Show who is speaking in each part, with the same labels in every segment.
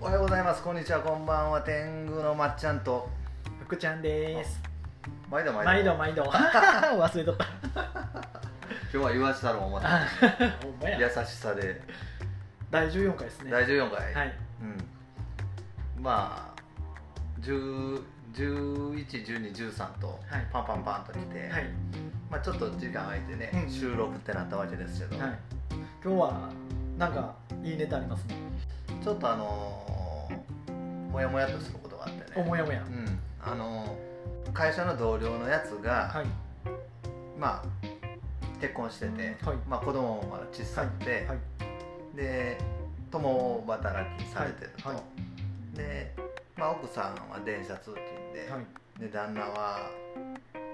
Speaker 1: はようございますこんにちはこんばんは天狗のまっちゃんと
Speaker 2: 福ちゃんです
Speaker 1: 毎度毎度
Speaker 2: 毎度毎度忘れとった
Speaker 1: 今日は言わしたろう思って
Speaker 2: あ ほんま
Speaker 1: 優
Speaker 2: や
Speaker 1: しさで
Speaker 2: 第14回ですね
Speaker 1: 第14回、
Speaker 2: はい
Speaker 1: うん、まあ111213と
Speaker 2: はい
Speaker 1: パンパンパンと来て、
Speaker 2: はい、
Speaker 1: まあ、ちょっと時間空いてね、
Speaker 2: うん
Speaker 1: 収録ってなったわけですけど、
Speaker 2: はい、今日はなんかいいネタありますね
Speaker 1: ちょっとあのー、もやもやっとすることがあってね
Speaker 2: おもやもや
Speaker 1: うん、あのー会社の同僚のやつが、
Speaker 2: はい
Speaker 1: まあ結婚してて、
Speaker 2: はい
Speaker 1: まあ、子供もまだ小さくて、
Speaker 2: はい
Speaker 1: で共働きされてると、
Speaker 2: はいは
Speaker 1: で、まあ、奥さんは電車通勤で,、
Speaker 2: はい
Speaker 1: で旦那は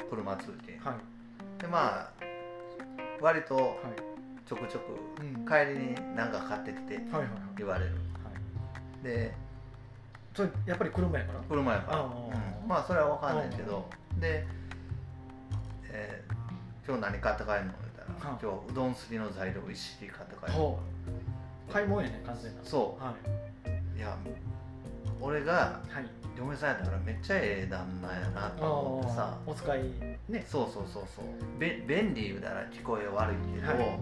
Speaker 1: 車通勤、
Speaker 2: はい
Speaker 1: でまあ割と
Speaker 2: はい
Speaker 1: ちょくちょ
Speaker 2: うん
Speaker 1: く帰りに何か買ってきて
Speaker 2: はいはいはい
Speaker 1: 言われる、で
Speaker 2: それやっぱり車やから
Speaker 1: 車やから
Speaker 2: ああ
Speaker 1: うんまあそれは分かんないけどで、えー今日何買って帰るの?」みたいな
Speaker 2: は
Speaker 1: 「今日うどんすりの材料一式買って帰る
Speaker 2: ほう買い物やね完全な
Speaker 1: そ
Speaker 2: は
Speaker 1: ういや俺が
Speaker 2: いはい
Speaker 1: 嫁さんやったからめっちゃええ旦那やなと思ってさ
Speaker 2: あーお使いね
Speaker 1: そうそうそうそうべ便利言うたら聞こえ悪いけど、
Speaker 2: はい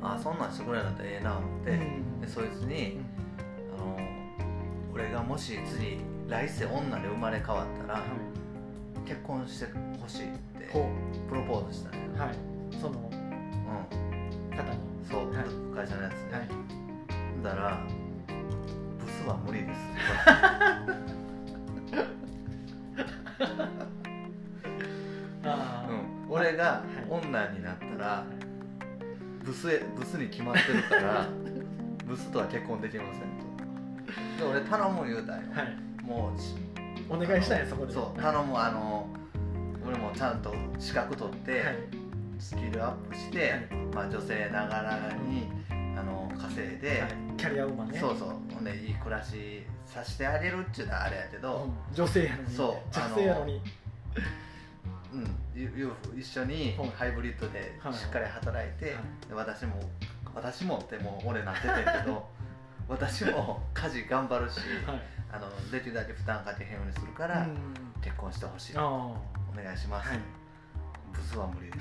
Speaker 1: ああそんなんしてくれるんだったらええな思って、
Speaker 2: うん
Speaker 1: でそいつ
Speaker 2: う
Speaker 1: に
Speaker 2: ん
Speaker 1: 「あの俺がもし次来世女で生まれ変わったら
Speaker 2: は
Speaker 1: 結婚してほしい」って
Speaker 2: いほ
Speaker 1: プロポーズしたね
Speaker 2: うはいその
Speaker 1: う
Speaker 2: 方に
Speaker 1: んそう、
Speaker 2: はい
Speaker 1: 会社のやつね、
Speaker 2: はい
Speaker 1: だからブスは無理です
Speaker 2: あ
Speaker 1: う
Speaker 2: ー
Speaker 1: ん俺が
Speaker 2: はい
Speaker 1: 女になったらブスへブスに決まってるから ブスとは結婚できませんとで俺頼む言うたんよ、
Speaker 2: はい
Speaker 1: もうし
Speaker 2: お願いしたいそこで
Speaker 1: そう
Speaker 2: は
Speaker 1: 頼むあの俺もちゃんと資格取っ
Speaker 2: い
Speaker 1: て、スキルアップして、
Speaker 2: はい
Speaker 1: まあ、女性ながらにあの稼いで、
Speaker 2: はいキャリアウーマンね
Speaker 1: そうそうほんでいい暮らしさせてあげるっちゅうのはあれやけど、
Speaker 2: うん女性やのに
Speaker 1: そう
Speaker 2: 女性やのに
Speaker 1: うん、ゆゆうふ一緒に
Speaker 2: はい
Speaker 1: ハイブリッドで
Speaker 2: はい
Speaker 1: しっかり働いて、
Speaker 2: は
Speaker 1: で私も私もってもう俺なっててんけど 私も家事頑張るし
Speaker 2: はい
Speaker 1: あのできるだけ負担かけへんようにするから、
Speaker 2: うん
Speaker 1: 結婚してほしい
Speaker 2: あ
Speaker 1: お
Speaker 2: あ
Speaker 1: 願いします、
Speaker 2: はい
Speaker 1: ブスは無理で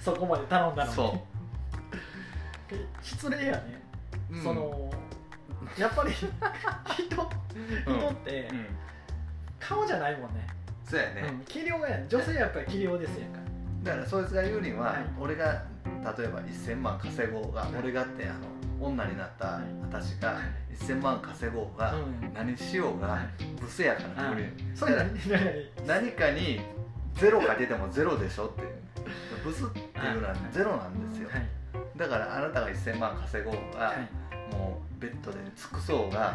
Speaker 2: そこまで頼んだの
Speaker 1: す
Speaker 2: に
Speaker 1: そ
Speaker 2: 失礼やね
Speaker 1: う、うん
Speaker 2: そ、のやっ ぱり人
Speaker 1: うん
Speaker 2: 人って
Speaker 1: うん、
Speaker 2: 顔じゃないもんね
Speaker 1: そうやね、
Speaker 2: うん器量やね女性はやっぱり器量ですやんか
Speaker 1: だからそいつが言うには、
Speaker 2: はい
Speaker 1: 俺が例えば1000万稼ごうが、
Speaker 2: はい
Speaker 1: 俺がってあの女になった
Speaker 2: はい
Speaker 1: 私が1000万稼ごうが、
Speaker 2: うん
Speaker 1: 何しようが、
Speaker 2: はい
Speaker 1: ブスやから無理、
Speaker 2: それ
Speaker 1: だ
Speaker 2: 何
Speaker 1: か
Speaker 2: 何
Speaker 1: ら何かにゼロが出てもゼロでしょっていうブスっていうのはゼロなんですよ、
Speaker 2: はい
Speaker 1: だからあなたが1000万稼ごうが、
Speaker 2: はい
Speaker 1: もうベッドで尽くそう
Speaker 2: は
Speaker 1: が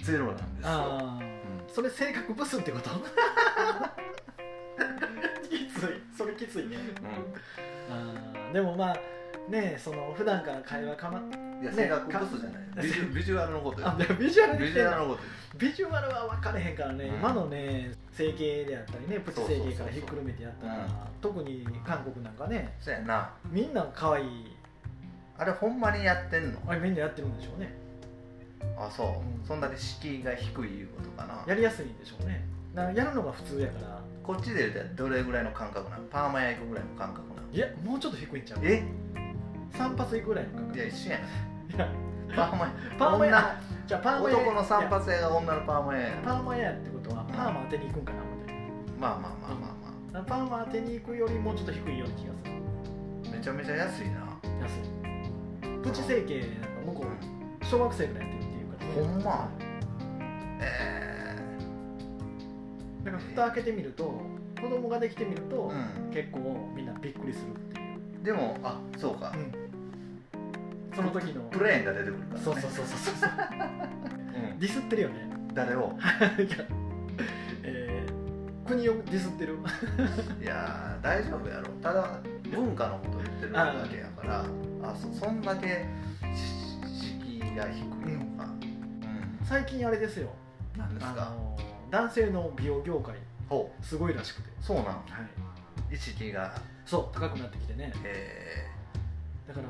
Speaker 2: い
Speaker 1: ゼロなんですよ、
Speaker 2: ああ
Speaker 1: うん
Speaker 2: それ性格ブスってこと きついそれきついねあーでもまあねその普段から会話かま
Speaker 1: うん、いや
Speaker 2: ね
Speaker 1: 性格ブスじゃないビジュビジュアルのことよ
Speaker 2: あビジュアルで
Speaker 1: ビ
Speaker 2: 来
Speaker 1: ジ
Speaker 2: てん
Speaker 1: ュア
Speaker 2: だ
Speaker 1: ルのことよ
Speaker 2: ビジュアルは分かれへんからね、
Speaker 1: うん
Speaker 2: 今のね整形であったりねプチ整形からひっくるめてやったら
Speaker 1: そうそうそう
Speaker 2: 特に韓国なんかね
Speaker 1: そうやな
Speaker 2: みんな可愛い
Speaker 1: あれほんまにやってんの
Speaker 2: あれみんなやってるんでしょうね
Speaker 1: あそう、
Speaker 2: うん
Speaker 1: そんだけ敷居が低いいうことかな
Speaker 2: やりやすいんでしょうねなやるのが普通やから
Speaker 1: こっちで言うたらどれぐらいの感覚なのパーマ屋行くぐらいの感覚なの
Speaker 2: いやもうちょっと低いんちゃう
Speaker 1: え
Speaker 2: 散髪いくぐらいの感
Speaker 1: い
Speaker 2: 覚
Speaker 1: や一緒やな、
Speaker 2: いや
Speaker 1: パーマ
Speaker 2: パーマ
Speaker 1: 屋
Speaker 2: 屋じゃあパ
Speaker 1: 女
Speaker 2: ーマ
Speaker 1: の
Speaker 2: 屋
Speaker 1: 男の散
Speaker 2: いや
Speaker 1: 髪屋が女のパーマ屋やな
Speaker 2: パーマ屋ってことはパーマ当てに行くんかなみたい
Speaker 1: まあまあまあま
Speaker 2: なパーマ当てに行くよりもうちょっと低いような気がする
Speaker 1: あまあめちゃめちゃ安いな
Speaker 2: 安いプチ整形なんか向こう小学生ぐらいやってるっていうから
Speaker 1: ほんまえ
Speaker 2: だから蓋開けてみると子供ができてみる
Speaker 1: え
Speaker 2: と、
Speaker 1: う
Speaker 2: 結構みんなびっくりするっていう、
Speaker 1: んでもあそうか、
Speaker 2: その時の
Speaker 1: プレーンが出てくるから、ね、
Speaker 2: そうそうそうそうそう
Speaker 1: うん
Speaker 2: ディスってるよね
Speaker 1: 誰を
Speaker 2: いやえー国をディスってる
Speaker 1: いやー大丈夫やろただ文化のこと言ってるだけやからあそそんだけし敷居が低いのか、うん、
Speaker 2: 最近あれですよ
Speaker 1: なんです
Speaker 2: あ
Speaker 1: か
Speaker 2: のー男性の美容業界
Speaker 1: ほ
Speaker 2: すごいらしくて、
Speaker 1: うそうなん
Speaker 2: はい、
Speaker 1: 意識が
Speaker 2: そう高くなってきてね
Speaker 1: え
Speaker 2: だから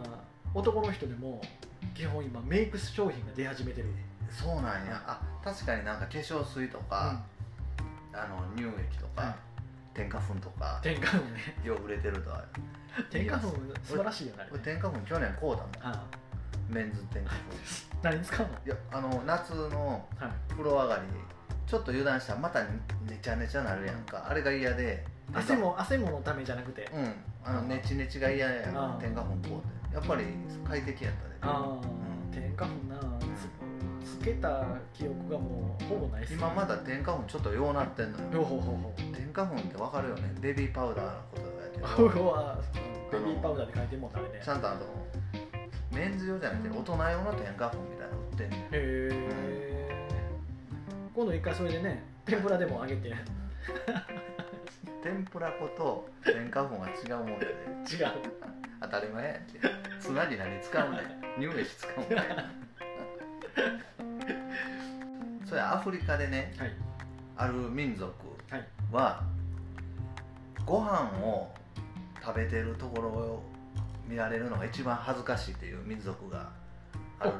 Speaker 2: 男の人でも基本今メイク商品が出始めてる
Speaker 1: そうなんやあ確かになんか化粧水とか、あの乳液とか、添加粉とか
Speaker 2: 添加粉ね
Speaker 1: よう売れてるとは
Speaker 2: 添加粉素晴らしいよねあれ
Speaker 1: 俺
Speaker 2: ね
Speaker 1: 添加粉去年こうだもん
Speaker 2: ああ
Speaker 1: メンズ添加粉
Speaker 2: 何に使うの
Speaker 1: いやあの夏の
Speaker 2: はい
Speaker 1: 風呂上がりにちょっと油断したらまたねちゃねちゃなるやんかあれが嫌で
Speaker 2: 汗も汗ものためじゃなくて
Speaker 1: うんあのねちねちが嫌や
Speaker 2: あ
Speaker 1: ん
Speaker 2: あ
Speaker 1: 添加粉こうってやっぱり快適やったね
Speaker 2: ああ添加粉なつつけた記憶がもうほぼないっすね
Speaker 1: 今まだ添加粉ちょっとようなってんのよ
Speaker 2: ほうほうほうほう
Speaker 1: 添加粉ってわかるよねベビーパウダーのことだ
Speaker 2: ほう
Speaker 1: け
Speaker 2: ほう
Speaker 1: ど
Speaker 2: あベビーパウダーで書いてもうたれね
Speaker 1: ちゃんとあのメンズ用じゃなくて大人用の添加粉みたいなの売ってんねん
Speaker 2: へえ今度一回それでね天ぷらでも揚げて違う
Speaker 1: 天ぷら粉と添加粉は違うもんで、ね、当たり前やんけつなぎ何使 うねん乳液使うねんそれアフリカでね
Speaker 2: はい
Speaker 1: ある民族
Speaker 2: はい
Speaker 1: はご飯を食べてるところを見られるのが一番恥ずかしいっていう民族がある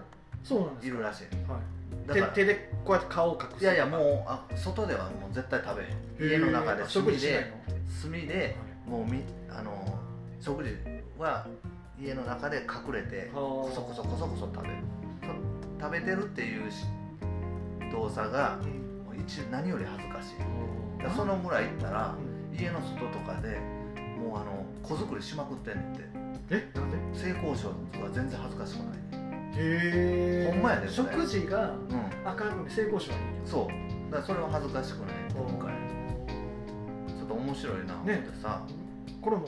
Speaker 2: そうなんで
Speaker 1: い
Speaker 2: す
Speaker 1: るらしいね
Speaker 2: かは
Speaker 1: だ
Speaker 2: い
Speaker 1: から
Speaker 2: 手手でこうやって顔を隠す
Speaker 1: いやいやもうあ外ではもう絶対食べ
Speaker 2: へえ
Speaker 1: へん家の中で
Speaker 2: あ
Speaker 1: 炭
Speaker 2: 食事しない
Speaker 1: で
Speaker 2: の
Speaker 1: 炭でもうみあの食事は家の中で隠れて
Speaker 2: は
Speaker 1: コ
Speaker 2: い
Speaker 1: ソコソコソコソ食べるそ食べてるっていうし動作が
Speaker 2: うん
Speaker 1: もう一何より恥ずかしいだからその村行ったら
Speaker 2: うん
Speaker 1: 家の外とかでもうあの子作りしまくってんねんって
Speaker 2: えなんで
Speaker 1: 性交渉とか全然恥ずかしくないね
Speaker 2: へえ
Speaker 1: ほんまやでそれ
Speaker 2: 食事が
Speaker 1: う
Speaker 2: 明るく成功しはいいんや
Speaker 1: んそうだからそれは恥ずかしくない今回ちょっと面白いな思ってさ、
Speaker 2: これも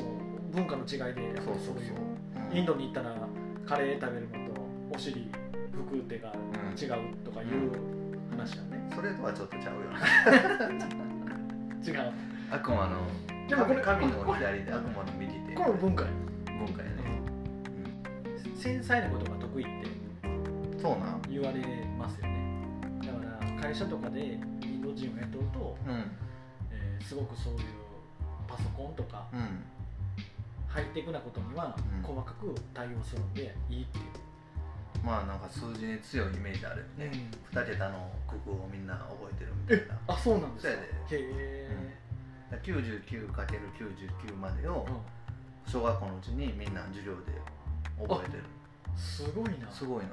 Speaker 2: 文化の違いでやっぱ
Speaker 1: そう
Speaker 2: り
Speaker 1: そうそう
Speaker 2: い
Speaker 1: うん
Speaker 2: インドに行ったらカレー食べるのとお尻服手が違うとかいう話だね、
Speaker 1: それとはちょっとちゃうよな
Speaker 2: 違う
Speaker 1: 悪魔の
Speaker 2: でもこれ
Speaker 1: 神の
Speaker 2: これ
Speaker 1: 左で悪魔の右手
Speaker 2: これも文化や、
Speaker 1: 文化やね、
Speaker 2: 繊細なことが得意って
Speaker 1: うん、そうなん
Speaker 2: 言われますよねだから会社とかでインド人を雇うと、
Speaker 1: うん
Speaker 2: えーすごくそういうパソコンとか
Speaker 1: うん
Speaker 2: ハイテクなことには
Speaker 1: うん
Speaker 2: 細かく対応するんでいいっていう
Speaker 1: まあなんか数字に強いイメージあるよね、2桁の九九をみんな覚えてるみたいな
Speaker 2: あそうなんですか
Speaker 1: そうや
Speaker 2: へえ、
Speaker 1: 99×99 までを
Speaker 2: う
Speaker 1: 小学校のうちにみんな授業で覚えてる
Speaker 2: んすごいな
Speaker 1: すごいのよ、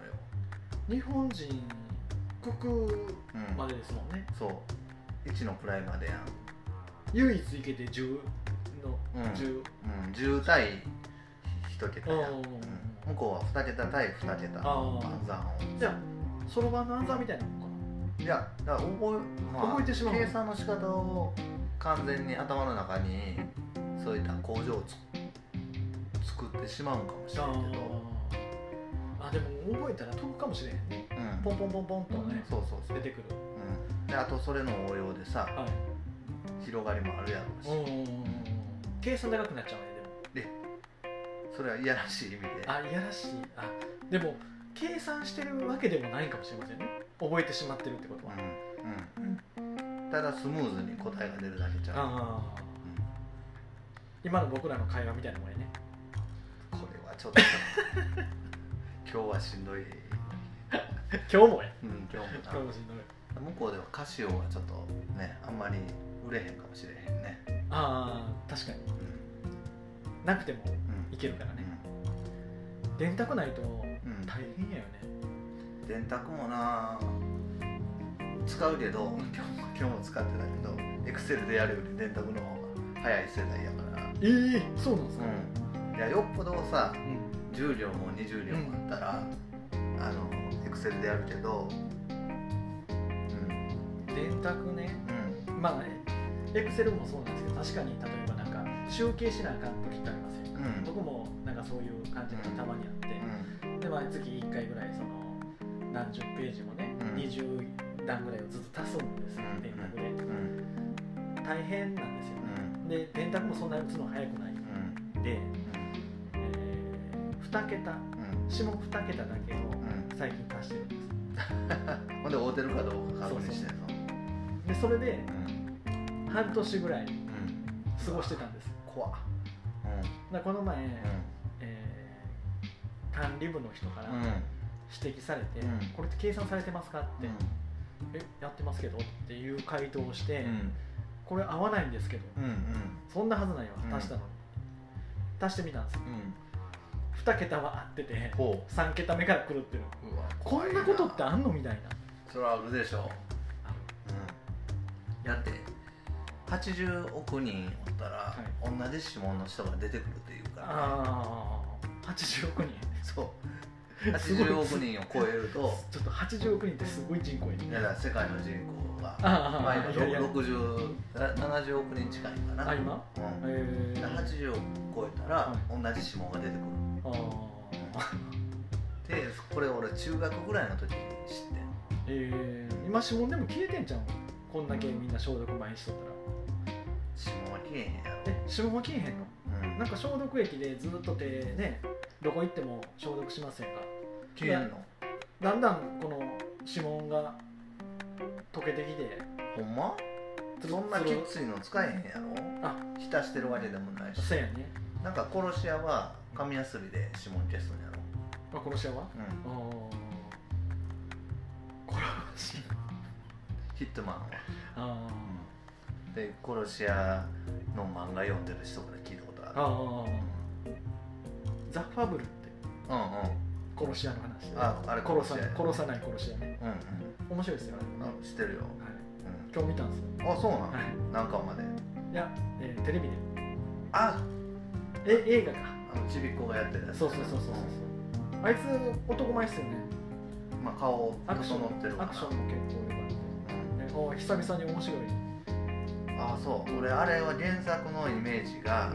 Speaker 2: 日本人九九
Speaker 1: うん
Speaker 2: までですもんね
Speaker 1: そう1の位までやん、
Speaker 2: 唯一いけて10の
Speaker 1: うん
Speaker 2: 10
Speaker 1: うん、10対1桁やん、
Speaker 2: お
Speaker 1: うん
Speaker 2: ー、
Speaker 1: 向こうは2桁対2桁
Speaker 2: あー
Speaker 1: 暗算を
Speaker 2: じゃあそろばんの暗算みたいなのか
Speaker 1: いやだから覚え、まあ、
Speaker 2: 覚えてしまう
Speaker 1: 計算の仕方を完全に頭の中にそういった工場をつ作ってしまうんかもしれ
Speaker 2: な
Speaker 1: ないけ
Speaker 2: あーあでも覚えたら飛ぶかもしれへんね
Speaker 1: ど、うん
Speaker 2: ポンポンポンポンとね
Speaker 1: そうそうそう、
Speaker 2: 出てくる
Speaker 1: うん、であとそれの応用でさ
Speaker 2: はい
Speaker 1: 広がりもあるやろうし
Speaker 2: 計算高くなっちゃうねでも
Speaker 1: それはいやらしい意味で
Speaker 2: あいやらしいあでも計算してるわけでもないかもしれませんね覚えてしまってるってことは、
Speaker 1: うんうん、ただスムーズに答えが出るだけじゃん、
Speaker 2: ああ
Speaker 1: うん
Speaker 2: 今の僕らの会話みたいなも んやね
Speaker 1: これはちょっと 今日はしんどい、
Speaker 2: 今日もや
Speaker 1: うん、今日もな
Speaker 2: 今日もしんどい
Speaker 1: 向こうではカシオはちょっとねあんまり売れへんかもしれへんね
Speaker 2: ああ確かに
Speaker 1: うん
Speaker 2: なくても
Speaker 1: うん
Speaker 2: いけるからね電卓ないと
Speaker 1: うん
Speaker 2: 大変やよね
Speaker 1: うん電卓もな使うけど今日も今日も使ってたけどエクセルでやるより電卓の方が早い世代やから
Speaker 2: ええそうなんですか、
Speaker 1: うんいやよっぽどさ
Speaker 2: うん
Speaker 1: 10両も20両もあったら、あのエクセルでやるけどうん
Speaker 2: 電卓ね
Speaker 1: うん
Speaker 2: まあねエクセルもそうなんですけど確かに例えばなんか集計しなあかん時ってありますよね
Speaker 1: うん
Speaker 2: 僕もなんかそういう感じがたまにあって、でまあ月1回ぐらいその何十ページもね、
Speaker 1: うん
Speaker 2: 20段ぐらいをずっと足すんですよ
Speaker 1: うん
Speaker 2: 電卓で
Speaker 1: うんうん
Speaker 2: 大変なんですよ
Speaker 1: う
Speaker 2: ね、
Speaker 1: ん
Speaker 2: で電卓もそんなに打つの早くないん
Speaker 1: うん
Speaker 2: で、えー、2桁下2桁だけを最近足してるんです
Speaker 1: ほんで合うてるかどうか確認してんの
Speaker 2: でそれで
Speaker 1: うん
Speaker 2: 半年ぐらい
Speaker 1: うん
Speaker 2: 過ごしてたんです
Speaker 1: 怖っうん
Speaker 2: だからこの前、
Speaker 1: う
Speaker 2: えー管理部の人から、
Speaker 1: ん
Speaker 2: 指摘されて、
Speaker 1: うん
Speaker 2: これって計算されてますかって、
Speaker 1: う
Speaker 2: えやってますけどっていう回答をして、
Speaker 1: ん
Speaker 2: これ合わないんですけど、
Speaker 1: うんうん
Speaker 2: そんなはずないわ
Speaker 1: うん
Speaker 2: 足したのに、足してみたんですよ
Speaker 1: うん
Speaker 2: 2桁は合ってて
Speaker 1: ほ
Speaker 2: 3桁目から狂ってる
Speaker 1: ううわ
Speaker 2: こ
Speaker 1: 怖い
Speaker 2: んなことってあんのみたい
Speaker 1: それはあるでしょ
Speaker 2: ある
Speaker 1: うんだって80億人おったら、同じ指紋の人が出てくるっていう
Speaker 2: な
Speaker 1: か
Speaker 2: ああ80億人
Speaker 1: らそう
Speaker 2: すごい
Speaker 1: 80億人を超えると
Speaker 2: ちょっと80億人ってすごい人口やね
Speaker 1: いやだから世界の人口が
Speaker 2: あ
Speaker 1: まあ今
Speaker 2: いやいや
Speaker 1: 60 70億人近いかな、
Speaker 2: あ今
Speaker 1: うん
Speaker 2: えー、
Speaker 1: 80を超えたら同じ指紋が出てくる
Speaker 2: あー
Speaker 1: でこれ俺中学ぐらいの時に知ってん
Speaker 2: えー、今指紋でも消えてんじゃんこんだけみんな消毒前にしとったら
Speaker 1: 指紋は消えへんやろ、
Speaker 2: え指紋は消えへんの
Speaker 1: うん
Speaker 2: なんか消毒液でずっと手ねどこ行っても消毒しませんか
Speaker 1: 消えんの
Speaker 2: だんだんこの指紋が溶けてきて
Speaker 1: ほんま
Speaker 2: つる
Speaker 1: そんな
Speaker 2: つ
Speaker 1: き
Speaker 2: る
Speaker 1: ついの使えへんやろ
Speaker 2: あ
Speaker 1: 浸してるわけでもないし
Speaker 2: そうやね、
Speaker 1: なんか殺し屋は紙やすりで指紋消すんやろ
Speaker 2: まあ、殺し屋は
Speaker 1: うん
Speaker 2: あー殺し
Speaker 1: ヒットマンは、
Speaker 2: あ
Speaker 1: で殺し屋の漫画読んでる人から聞いたことあ
Speaker 2: ー
Speaker 1: る
Speaker 2: あーザ・ファブルって
Speaker 1: うんう
Speaker 2: 殺し屋の話で
Speaker 1: ああれ
Speaker 2: 殺さない
Speaker 1: 殺し屋
Speaker 2: 殺さない殺し屋ね
Speaker 1: んうんうん
Speaker 2: 面白いですよあれもね、
Speaker 1: あ知ってるよ、
Speaker 2: は
Speaker 1: う
Speaker 2: い、今日見たんですよ、
Speaker 1: ん、あそうなの、
Speaker 2: はい、
Speaker 1: なんかまで
Speaker 2: いや、えーテレビで
Speaker 1: あ
Speaker 2: え映画か
Speaker 1: あのちびっ子がやってるやつ
Speaker 2: そうそうそうそうそうあいつ男前っすよね
Speaker 1: まあ顔
Speaker 2: アクショ
Speaker 1: 整ってる
Speaker 2: ン
Speaker 1: か
Speaker 2: ア
Speaker 1: な
Speaker 2: クションも結構良かったねおー久々に面白い、
Speaker 1: うんああそう俺あれは原作のイメージが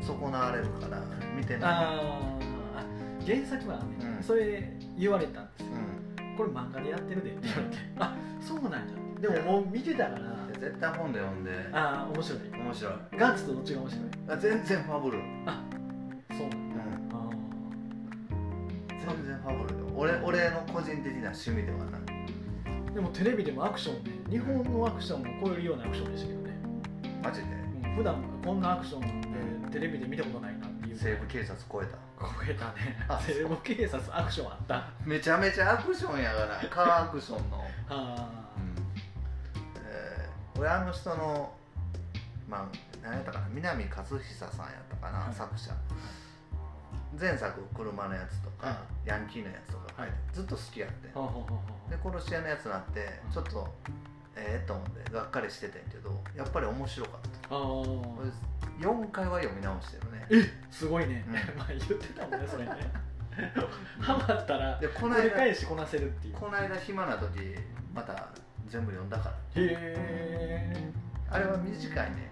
Speaker 1: 損なわれるから見てない
Speaker 2: あーあ原作はね、
Speaker 1: うん
Speaker 2: それ言われたんですよ、
Speaker 1: うん
Speaker 2: これ漫画でやってるでって言われてあそうなんだでももう見てたから
Speaker 1: で絶対本で読んで
Speaker 2: ああ面白い
Speaker 1: 面白い
Speaker 2: ガッツとどっちが面白い
Speaker 1: あ全然ファブル、
Speaker 2: そうなんだあ
Speaker 1: 全然ファブルよ俺俺の個人的な趣味ではない
Speaker 2: ーでもテレビでもアクションね日本のアクションを超えるようなアクションでしたけどね
Speaker 1: マジで
Speaker 2: うん普段こんなアクションってテレビで見たことないなっていう
Speaker 1: 西部警察超えた
Speaker 2: 超えたね
Speaker 1: あ
Speaker 2: セレブ警察アクションあった
Speaker 1: めちゃめちゃアクションやからカーアクションの、
Speaker 2: あー
Speaker 1: えー俺あの人のまあ何やったかな南和久さんやったかな、
Speaker 2: はい
Speaker 1: 作者前作「車のやつ」とか、
Speaker 2: は
Speaker 1: ヤンキーのやつ」とか書いて、
Speaker 2: はい
Speaker 1: ずっと好きやってん
Speaker 2: ほうほうほうほう
Speaker 1: で殺し屋のやつになってちょっとええと思ってがっかりしててんけどやっぱり面白かった
Speaker 2: あー
Speaker 1: 4回は読み直してるね
Speaker 2: えすごいね、
Speaker 1: うん
Speaker 2: まあ言ってたもんねそれねハマったら
Speaker 1: でこの
Speaker 2: 繰り
Speaker 1: 間
Speaker 2: 返しこなせるっていうへ
Speaker 1: この間暇な時また全部読んだから
Speaker 2: え
Speaker 1: あれは短いね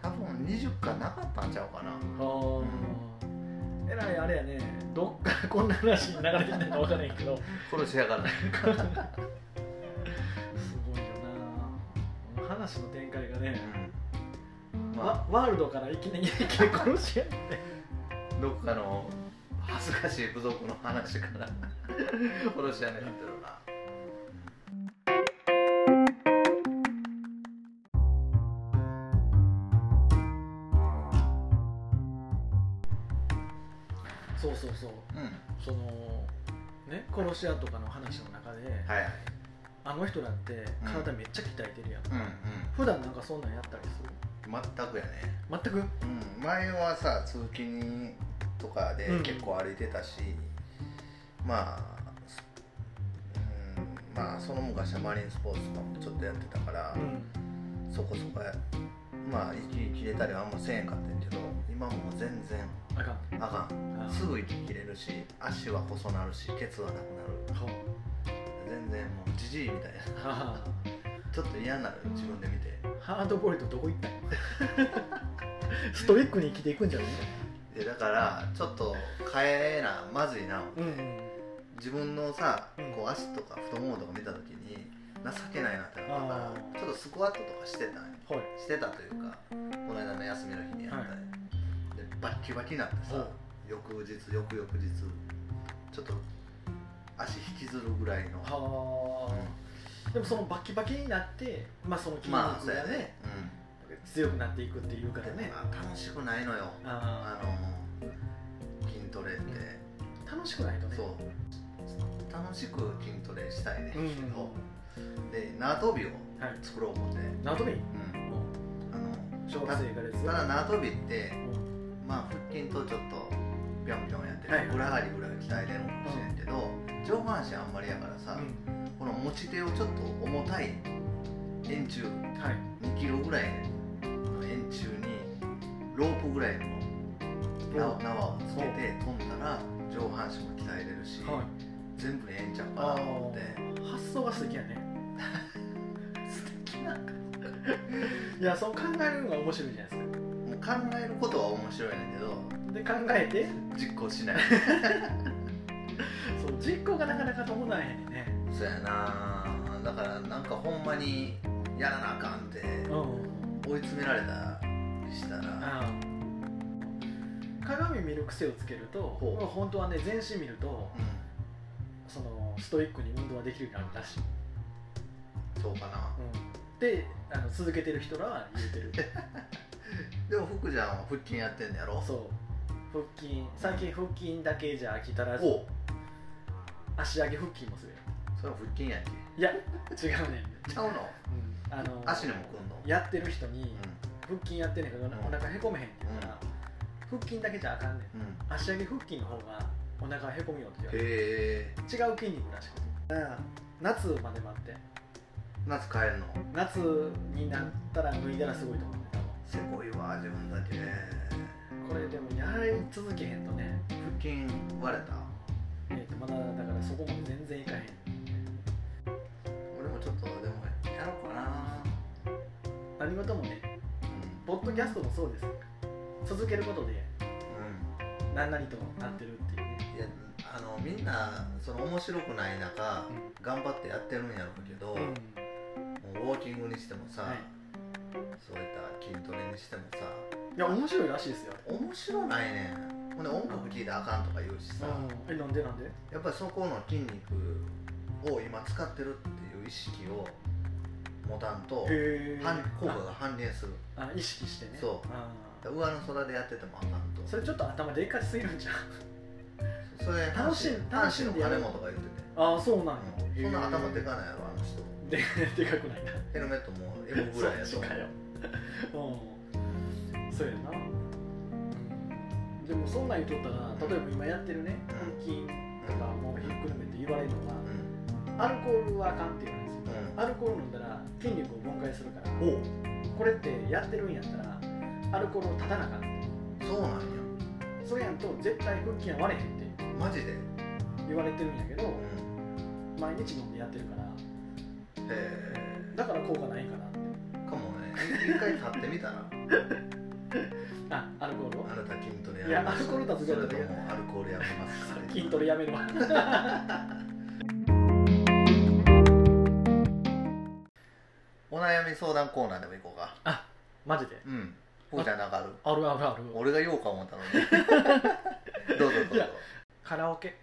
Speaker 1: 多分20巻なかったんちゃうかな
Speaker 2: はあえらいあれやねどっからこんな話に流れてきたのか分からへんけどす
Speaker 1: 殺しやからね
Speaker 2: ごいよなこの話の展開がね、
Speaker 1: ま
Speaker 2: ワワールドからいきなり結婚しやって
Speaker 1: あどっかの恥ずかしい部族の話から殺し屋になってるな
Speaker 2: そうそうそう
Speaker 1: うん
Speaker 2: そのね殺し屋とかの話の中で、
Speaker 1: はいはい
Speaker 2: あの人だって体めっちゃ鍛えてるやん、
Speaker 1: うん
Speaker 2: 普段なんかそんなんやったりする
Speaker 1: うん全くやね
Speaker 2: 全く
Speaker 1: うん、前はさ通勤とかで
Speaker 2: うん
Speaker 1: 結構歩いてたし、まあ、すうん、まあその昔はマリンスポーツとかもちょっとやってたから、
Speaker 2: ん
Speaker 1: そこそこやまあ息切れたりはあんませんかってんけど今もう全然
Speaker 2: あかん
Speaker 1: あか
Speaker 2: あ
Speaker 1: んすぐ息切れるし足は細なるし血はなくなる
Speaker 2: 顔
Speaker 1: 全然もうじじいみたいな
Speaker 2: は
Speaker 1: ちょっと嫌になる自分で見て
Speaker 2: あハードボイルドどこ行 ったんストイックに生きていくんじゃない
Speaker 1: でだからちょっと変えなまずいな
Speaker 2: うん
Speaker 1: 自分のさ
Speaker 2: うん
Speaker 1: こう足とか太ももとか見た時に情けないなってなった
Speaker 2: あ
Speaker 1: からちょっとスクワットとかしてたんよ
Speaker 2: はい
Speaker 1: してたというかこの間の休みの日にやったり、
Speaker 2: は
Speaker 1: でバッキバキになって
Speaker 2: お
Speaker 1: さ
Speaker 2: う
Speaker 1: 翌日翌々日ちょっと足引きずるぐらいの、
Speaker 2: はあでもそのバキバキになってまあその筋
Speaker 1: まあ
Speaker 2: 肉
Speaker 1: そうや
Speaker 2: がね,、
Speaker 1: ね、
Speaker 2: 強くなっていくっていうか
Speaker 1: う
Speaker 2: ら
Speaker 1: ん、で
Speaker 2: ね
Speaker 1: もまあ楽しくないのよあ
Speaker 2: あ
Speaker 1: の筋トレって、
Speaker 2: あ楽しくないとね
Speaker 1: そう楽しく筋トレしたいねんけど、
Speaker 2: う
Speaker 1: で縄跳びを
Speaker 2: んはい
Speaker 1: 作ろう思って、うん、
Speaker 2: 縄跳び
Speaker 1: あ
Speaker 2: 小学生からです
Speaker 1: の
Speaker 2: よ
Speaker 1: ただ縄跳びって
Speaker 2: うん
Speaker 1: まあ腹筋とちょっとぴょんぴょんやって、
Speaker 2: はい
Speaker 1: 裏上がり裏上がり鍛えれるのかもしれんけど、上半身あんまりやからさ、この持ち手をちょっと重たい円柱
Speaker 2: うんはい
Speaker 1: 2キロぐらいの円柱にロープぐらいの縄縄をつけて飛んだら上半身も鍛えれるし、
Speaker 2: はい
Speaker 1: 全部でええんちゃうかな
Speaker 2: あ
Speaker 1: と思って
Speaker 2: ー発想が素敵や ね素敵 ないやそう考えるのが面白いじゃないですか
Speaker 1: もう考えることは面白いねんだけど
Speaker 2: で考えて
Speaker 1: 実行 しない
Speaker 2: そう実行がなかなか伴えへんねんね
Speaker 1: そうやなだからなんかほんまにやらなあかんって
Speaker 2: うん
Speaker 1: 追い詰められたりしたら
Speaker 2: あー鏡見る癖をつけると
Speaker 1: ほう
Speaker 2: もう本当はね全身見ると
Speaker 1: う
Speaker 2: そのストイックに運動ができるようになるらしい、
Speaker 1: んそうかな
Speaker 2: であの続けてる人らは言うてる
Speaker 1: でも福ちゃんは腹筋やってんのやろ
Speaker 2: そう腹筋最近腹筋だけじゃ飽き足らず
Speaker 1: お
Speaker 2: 足上げ腹筋もするよ
Speaker 1: それは腹筋やんけ
Speaker 2: いや違うねん
Speaker 1: ちゃうの
Speaker 2: あの
Speaker 1: 足にもくんの
Speaker 2: やってる人に
Speaker 1: う
Speaker 2: 腹筋やってんねんけど、
Speaker 1: ん
Speaker 2: お腹へこめへんって言うから、腹筋だけじゃあかんねん
Speaker 1: んうん
Speaker 2: 足上げ腹筋の方がお腹へこみよって言われる
Speaker 1: へえ
Speaker 2: 違う筋肉らしくて、夏まで待って
Speaker 1: 夏帰るの
Speaker 2: 夏になったら脱いだらすごいと思う多
Speaker 1: せこいわ自分だけ
Speaker 2: 分これでもやり続けへんとね、
Speaker 1: 腹筋割れた
Speaker 2: えーとまだだからそこも全然いかへん
Speaker 1: 俺もちょっとでもやろうかな
Speaker 2: 何事もね
Speaker 1: う
Speaker 2: ポッドキャストもそうです続けることで
Speaker 1: ん、うん
Speaker 2: 何々となってるっていうね
Speaker 1: いやあのみんなその面白くない中、
Speaker 2: うん
Speaker 1: 頑張ってやってるんやろうけど、もうウォーキングにしてもさ、
Speaker 2: はい
Speaker 1: そういった筋トレにしてもさ
Speaker 2: いや面白いらしいですよ、
Speaker 1: 面白ないねんほんで音楽聴いたらあかんとか言うしさ、
Speaker 2: えなんでなんで
Speaker 1: やっぱりそこの筋肉を今使ってるっていう意識を持たんと
Speaker 2: へ
Speaker 1: 反効果が反映する
Speaker 2: あ意識してね
Speaker 1: そう
Speaker 2: あー
Speaker 1: 上の空でやっててもあかんと
Speaker 2: それちょっと頭でかちすぎるんじゃん
Speaker 1: それ
Speaker 2: 楽しん
Speaker 1: 阪
Speaker 2: 楽
Speaker 1: 神
Speaker 2: し
Speaker 1: の
Speaker 2: んでやる
Speaker 1: 金本が言ってて、
Speaker 2: ああそうなんや
Speaker 1: うん、そんな頭で
Speaker 2: か
Speaker 1: かないやろあの人
Speaker 2: ででかくないな
Speaker 1: ヘルメットも M ぐらいやと
Speaker 2: そっちかようんそうやなでもそんなん言うとったら例えば今やってるね
Speaker 1: うん
Speaker 2: 腹筋とかもうひっくるめて言われるの
Speaker 1: う
Speaker 2: は
Speaker 1: ん
Speaker 2: アルコールはあかんって言われるんですよ
Speaker 1: うん
Speaker 2: アルコール飲んだら筋肉を分解するから
Speaker 1: お
Speaker 2: これってやってるんやったらアルコールを断たなあかんって
Speaker 1: そうなんや
Speaker 2: それやんと絶対腹筋は割れへんって
Speaker 1: マジで
Speaker 2: 言われてるんやけど
Speaker 1: うん
Speaker 2: 毎日飲んでやってるから
Speaker 1: え
Speaker 2: だから効果ないかなって
Speaker 1: ー、かもね一回立ってみたら
Speaker 2: あアルコールを
Speaker 1: あなた筋トレやめます
Speaker 2: いやアルコールだと
Speaker 1: それともアルコールやめ ますか
Speaker 2: 筋トレやめるわ
Speaker 1: お悩み相談コーナーでも行こうか
Speaker 2: あ マジで
Speaker 1: うんふうちゃんなんかある
Speaker 2: あるあるある
Speaker 1: 俺が言おうか思った のにどうぞどう
Speaker 2: い
Speaker 1: ぞ
Speaker 2: やカラオケ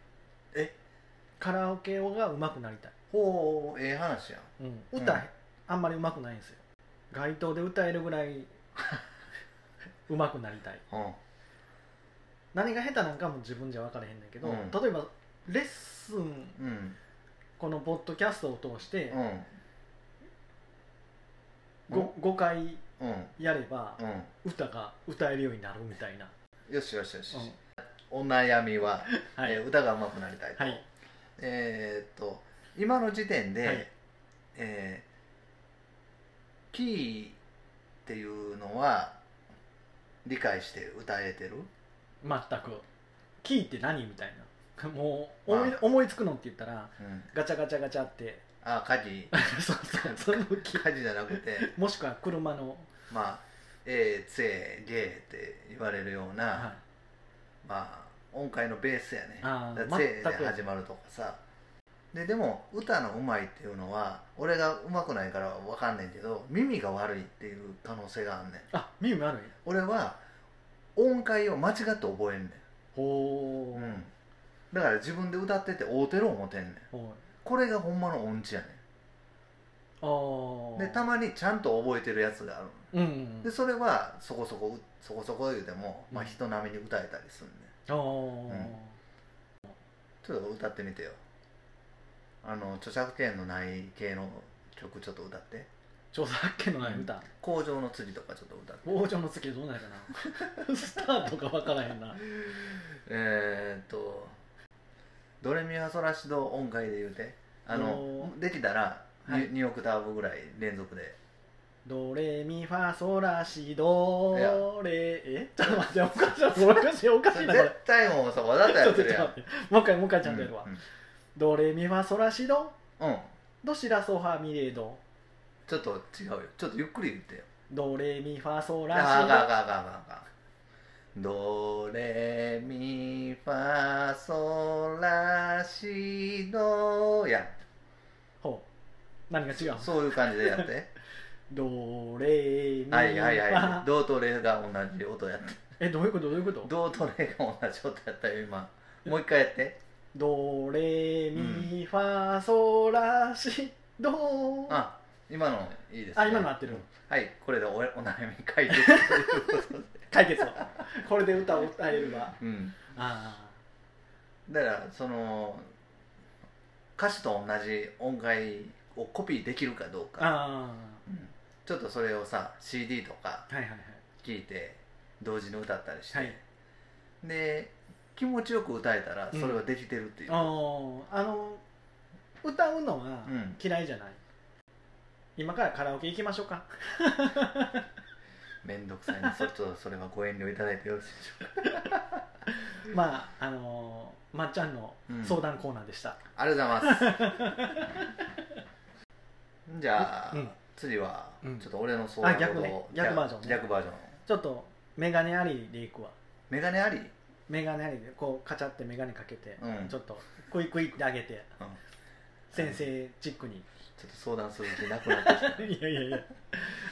Speaker 1: え
Speaker 2: カラオケが上手くなりたい、
Speaker 1: ほうええ話やん
Speaker 2: うん、歌、
Speaker 1: うん
Speaker 2: あんまり上手くないんですよ街頭で歌えるぐら い上手くなりたい
Speaker 1: うん
Speaker 2: 何が下手なんかも自分じゃ分からへんねんけど、
Speaker 1: うん
Speaker 2: 例えばレッスン
Speaker 1: うん
Speaker 2: このポッドキャストを通して
Speaker 1: うん
Speaker 2: 5, 回
Speaker 1: うん
Speaker 2: やれば
Speaker 1: うん
Speaker 2: 歌が歌えるようになるみたいな、
Speaker 1: よしよしよし、お悩みは、
Speaker 2: はい、
Speaker 1: えー歌が上手くなりたいと、
Speaker 2: はい
Speaker 1: えーっと今の時点で、
Speaker 2: はい
Speaker 1: えーキーっていうのは理解して歌えてる
Speaker 2: 全く「キーって何?」みたいな もう思い,、
Speaker 1: ま
Speaker 2: 思いつくのって言ったら
Speaker 1: うん
Speaker 2: ガチャガチャガチャって
Speaker 1: あ 鍵
Speaker 2: そうそうそのキー
Speaker 1: 鍵じゃなくて
Speaker 2: もしくは車の、
Speaker 1: まあ「えー、つえげ」って言われるような、
Speaker 2: はい
Speaker 1: まあ音階のベースやね
Speaker 2: あー
Speaker 1: だから「せ」で
Speaker 2: 全く
Speaker 1: 始まるとかさででも歌のうまいっていうのは俺がうまくないからわかんねんけど耳が悪いっていう可能性があんねん
Speaker 2: あ耳悪い
Speaker 1: 俺は音階を間違って覚えんね
Speaker 2: ほ
Speaker 1: ん、
Speaker 2: う、
Speaker 1: だから自分で歌ってて合うてる思てんねん
Speaker 2: ほ
Speaker 1: これがほんまの音痴やね
Speaker 2: う
Speaker 1: ん
Speaker 2: あ
Speaker 1: で
Speaker 2: あ
Speaker 1: たまにちゃんと覚えてるやつがある
Speaker 2: うんうん
Speaker 1: でそれはそこそこそこそこ言うても、まあ、
Speaker 2: うん
Speaker 1: 人並みに歌えたりすんねん
Speaker 2: ああ、
Speaker 1: んちょっと歌ってみてよあの著作権のない系の曲ちょっと歌って
Speaker 2: 著作権のない歌
Speaker 1: 「工場の釣り」とかちょっと歌って
Speaker 2: 王女の月どうなんやかな スタートが分からへんな
Speaker 1: えーっと「ドレミファソラシド」音階で言うてあの
Speaker 2: お
Speaker 1: できたら
Speaker 2: は
Speaker 1: 2,
Speaker 2: い
Speaker 1: オクターブぐらい連続で
Speaker 2: ドレミファソラシド
Speaker 1: いや
Speaker 2: レえちょっと待っておかしいおかしいおか
Speaker 1: そ
Speaker 2: し
Speaker 1: れ
Speaker 2: いなこれ
Speaker 1: 絶対もうさわざとやってる
Speaker 2: ち
Speaker 1: や
Speaker 2: ょ
Speaker 1: ん
Speaker 2: っと待ってもう一回もう一回ちゃんとやるわ、
Speaker 1: うんうん
Speaker 2: ドレミファソラシド
Speaker 1: うん
Speaker 2: ドシラソファミレド
Speaker 1: ちょっと違うよちょっとゆっくり言ってよ
Speaker 2: ドレミファソ
Speaker 1: あかんあかんあ
Speaker 2: ラ
Speaker 1: かんあかんあかんドレミファソラシドや
Speaker 2: シドほう何が違うの
Speaker 1: そういう感じでやって
Speaker 2: ドレミファ、
Speaker 1: はいはいはいドとレが同じ音やって
Speaker 2: えどういうことどういうこと
Speaker 1: ドとレが同じ音やったよ今もう一回やって
Speaker 2: ドレミファソラシド、
Speaker 1: あ今のいいです、
Speaker 2: あ今の合ってる
Speaker 1: はいこれでおお悩み解 決ということで
Speaker 2: 解決をこれで歌を歌えれば
Speaker 1: うん
Speaker 2: あ
Speaker 1: だからその歌詞と同じ音階をコピーできるかどう
Speaker 2: ー
Speaker 1: か
Speaker 2: あ
Speaker 1: うんちょっとそれをさ CD とか
Speaker 2: ーはいはいはい
Speaker 1: 聞いて同時に歌ったりして、
Speaker 2: はい
Speaker 1: で気持ちよく歌えたらそれはできてるっていう、
Speaker 2: あーあの歌うのは
Speaker 1: うん
Speaker 2: 嫌いじゃない、今からカラオケ行きましょうか
Speaker 1: めんどくさいなちょっとそれはご遠慮いただいてよろしいでしょうか
Speaker 2: まああのーまっちゃんの
Speaker 1: うん
Speaker 2: 相談コーナーでした、
Speaker 1: ありがとうございま すじゃあ、
Speaker 2: うん
Speaker 1: 次は
Speaker 2: うん
Speaker 1: ちょっと俺の相談
Speaker 2: あ逆ね
Speaker 1: 事を
Speaker 2: 逆バージョンね
Speaker 1: 逆バージョン
Speaker 2: ちょっとメガネありでいくわ
Speaker 1: メガネあり
Speaker 2: メガネありでこうカチャってメガネかけて、
Speaker 1: うん
Speaker 2: ちょっとクイクイってあげて、
Speaker 1: うん
Speaker 2: 先生チックに、
Speaker 1: ちょっと相談する気なくなってきた
Speaker 2: いやいやいや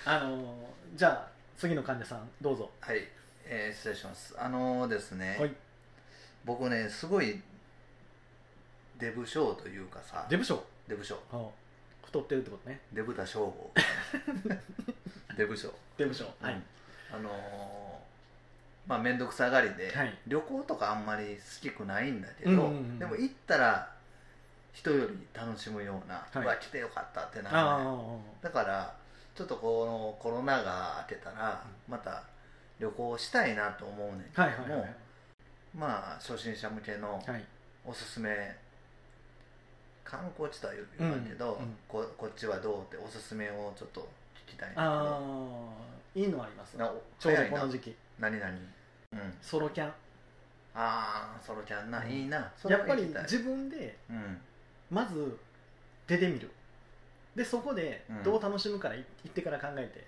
Speaker 2: あのーじゃあ次の患者さんどうぞ
Speaker 1: はい、えー失礼しますあのーですね、
Speaker 2: はい
Speaker 1: 僕ねすごいデブ症というかさ
Speaker 2: デブ賞
Speaker 1: デブ症
Speaker 2: 太ってるってことね
Speaker 1: デブタ称 号デブ症
Speaker 2: デブ賞はい、
Speaker 1: あのーまあ面倒くさがりで、
Speaker 2: はい
Speaker 1: 旅行とかあんまり好きくないんだけど、
Speaker 2: うんうんうん
Speaker 1: でも行ったら人より楽しむような、
Speaker 2: はいう
Speaker 1: わ来てよかったってな
Speaker 2: あ
Speaker 1: るね
Speaker 2: あ
Speaker 1: だからちょっとこのコロナが明けたらまた旅行したいなと思うねんけど
Speaker 2: は
Speaker 1: も、
Speaker 2: いはいはい
Speaker 1: まあ初心者向けの
Speaker 2: はい
Speaker 1: おすすめ観光地とは言わんけど、
Speaker 2: うんうん
Speaker 1: ここっちはどうっておすすめをちょっと聞きたいん
Speaker 2: あ
Speaker 1: だ
Speaker 2: あいいのあります
Speaker 1: けどなお
Speaker 2: ちょうど
Speaker 1: 早い
Speaker 2: こ
Speaker 1: な
Speaker 2: の時期
Speaker 1: 何々うん
Speaker 2: ソロキャン
Speaker 1: ああソロキャンな、
Speaker 2: うん
Speaker 1: いいなそれ
Speaker 2: や
Speaker 1: は
Speaker 2: っぱ
Speaker 1: 行
Speaker 2: り
Speaker 1: きたい
Speaker 2: 自分で
Speaker 1: うん
Speaker 2: まず出てみるでそこで
Speaker 1: うん
Speaker 2: どう楽しむからい行ってから考えて、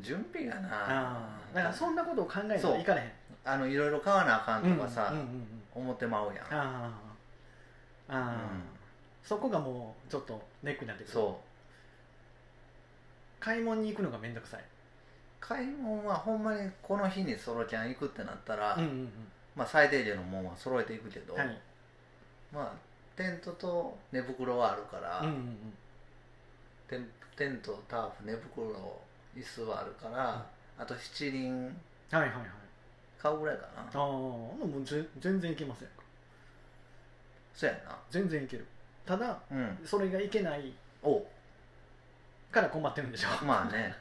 Speaker 1: 準備がな
Speaker 2: ああだからそんなことを考えた
Speaker 1: そ
Speaker 2: ら
Speaker 1: う
Speaker 2: いかれへん
Speaker 1: あのいろいろ買わなあかんとかさ、
Speaker 2: うんうんうんうん
Speaker 1: 思ってまうやん
Speaker 2: ああああ、
Speaker 1: うん
Speaker 2: そこがもうちょっとネックになってくる
Speaker 1: そう
Speaker 2: 買い物に行くのがめんどくさい
Speaker 1: 買い物はほんまにこの日にソロキャン行くってなったら、
Speaker 2: うんうん
Speaker 1: まあ最低限のもんは揃えていくけど、
Speaker 2: うんはい
Speaker 1: まあテントと寝袋はあるから、
Speaker 2: うんうんうん
Speaker 1: テンテントタープ寝袋椅子はあるから、あと七輪
Speaker 2: はいはいはい
Speaker 1: 買うぐらいか
Speaker 2: ああ
Speaker 1: な
Speaker 2: もうぜ全然いけません
Speaker 1: そうやんな
Speaker 2: 全然いけるただ
Speaker 1: うん
Speaker 2: それがいけない
Speaker 1: お
Speaker 2: から困ってるんでしょ
Speaker 1: まあね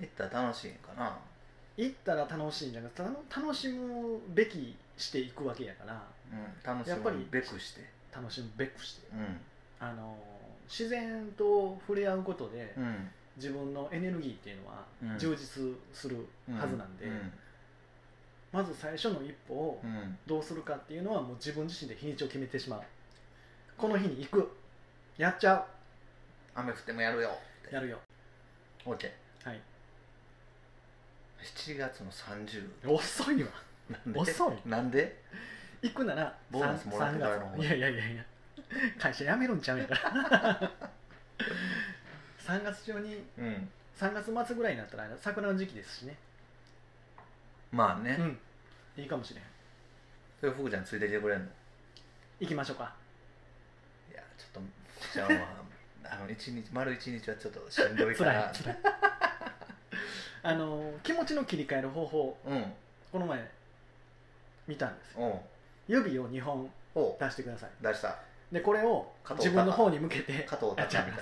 Speaker 1: 行ったら楽しいんかな
Speaker 2: 行ったら楽しいんじゃなくてたの楽しむべきしていくわけやから
Speaker 1: うん楽し
Speaker 2: やっぱり
Speaker 1: むべくして
Speaker 2: 楽しむべくして
Speaker 1: うん
Speaker 2: あの自然と触れ合うことで、
Speaker 1: うん
Speaker 2: 自分のエネルギーっていうのは
Speaker 1: うん
Speaker 2: 充実するはずなんで、
Speaker 1: うん
Speaker 2: まず最初の一歩を
Speaker 1: うん
Speaker 2: どうするかっていうのはもう自分自身で日にちを決めてしまうこの日に行くやっちゃ
Speaker 1: 雨降ってもやるよ
Speaker 2: うやるよ
Speaker 1: OK
Speaker 2: はい
Speaker 1: 7月の30
Speaker 2: 遅いわ
Speaker 1: なんで
Speaker 2: 遅い
Speaker 1: なんで
Speaker 2: 行くなら
Speaker 1: ボーナスもらってからの方が
Speaker 2: 3月いやいやいやいや会社辞めるんちゃうんやから 3月中に
Speaker 1: うん
Speaker 2: 3月末ぐらいになったら桜の時期ですしね
Speaker 1: まあね、
Speaker 2: うんいいかもしれん
Speaker 1: それ福ちゃんついてきてくれんの
Speaker 2: 行きましょうか
Speaker 1: いやちょっと福ちゃんはあ の一日丸一日はちょっとしんどいか
Speaker 2: 辛い
Speaker 1: ら
Speaker 2: 辛いあの気持ちの切り替える方法
Speaker 1: うん
Speaker 2: この前見たんですよ
Speaker 1: うん
Speaker 2: 指を2本
Speaker 1: ほ
Speaker 2: 出してくださいう
Speaker 1: 出した
Speaker 2: でこれを
Speaker 1: 加藤
Speaker 2: 自分の方に向けて
Speaker 1: 加藤鷹
Speaker 2: あ
Speaker 1: み
Speaker 2: ち
Speaker 1: た
Speaker 2: ゃ
Speaker 1: いな
Speaker 2: う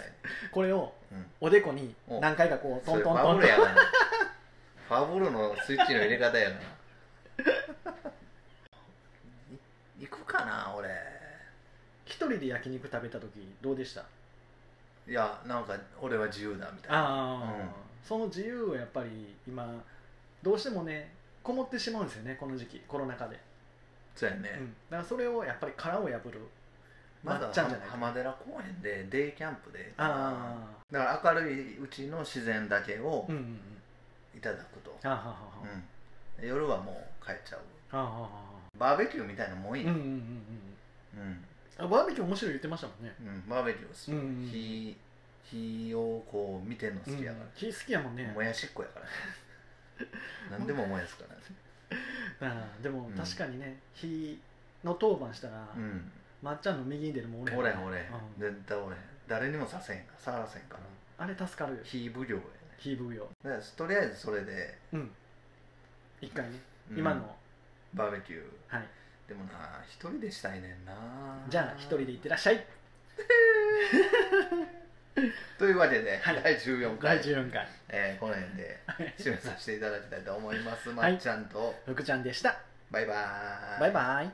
Speaker 2: これを
Speaker 1: うん
Speaker 2: おでこに
Speaker 1: お
Speaker 2: 何回かこうト
Speaker 1: そ
Speaker 2: ン
Speaker 1: れフ
Speaker 2: トント
Speaker 1: ァ
Speaker 2: ン
Speaker 1: ブ
Speaker 2: と
Speaker 1: ルやなファブルのスイッチの入れ方や ない行くかな俺
Speaker 2: 一人で焼肉食べた時どうでした
Speaker 1: いやなんか俺は自由だみたいな
Speaker 2: ああ、
Speaker 1: うん
Speaker 2: その自由をやっぱり今どうしてもねこもってしまうんですよねこの時期コロナ禍で、
Speaker 1: そうやね、
Speaker 2: うん、だからそれをやっぱり殻を破る
Speaker 1: ま
Speaker 2: ま
Speaker 1: だ
Speaker 2: っちゃんじゃないか
Speaker 1: 浜寺公園でデイキャンプで
Speaker 2: ああ
Speaker 1: だから明るいうちの自然だけを
Speaker 2: うんうんうん
Speaker 1: いただくと、
Speaker 2: あははは
Speaker 1: うんで夜はもう帰っちゃう
Speaker 2: あははは
Speaker 1: バーベキューみたいなのもいい、
Speaker 2: うんう
Speaker 1: うん
Speaker 2: うんんうんあバーベキュー面白い言ってましたもんね
Speaker 1: うんバーベキューする、
Speaker 2: うんうん
Speaker 1: 火火をこう見てんの好きやか
Speaker 2: うん木好きやもん
Speaker 1: ら、
Speaker 2: ね
Speaker 1: もやしっこやから 何でももやすからね
Speaker 2: ああでも
Speaker 1: うん
Speaker 2: 確かにね火の当番したら、
Speaker 1: うん
Speaker 2: まっちゃんの右に出るもん
Speaker 1: おれんおれん
Speaker 2: うん
Speaker 1: 絶対おれん誰にもさせんから触らせんから
Speaker 2: あれ助かるよ
Speaker 1: 火奉行やね
Speaker 2: 火奉行
Speaker 1: だからとりあえずそれで、
Speaker 2: うん一回ね、
Speaker 1: うん
Speaker 2: 今の
Speaker 1: バーベキュー
Speaker 2: はい
Speaker 1: でもな一人でしたいねんな
Speaker 2: じゃあ一人で行ってらっしゃい
Speaker 1: というわけで、
Speaker 2: はい
Speaker 1: 第14回
Speaker 2: 第14回
Speaker 1: えーこの辺で
Speaker 2: はい
Speaker 1: 締めさせていただきたいと思います、
Speaker 2: はい
Speaker 1: まっちゃんと
Speaker 2: 福ちゃんでした
Speaker 1: バイバーイ
Speaker 2: バイバイ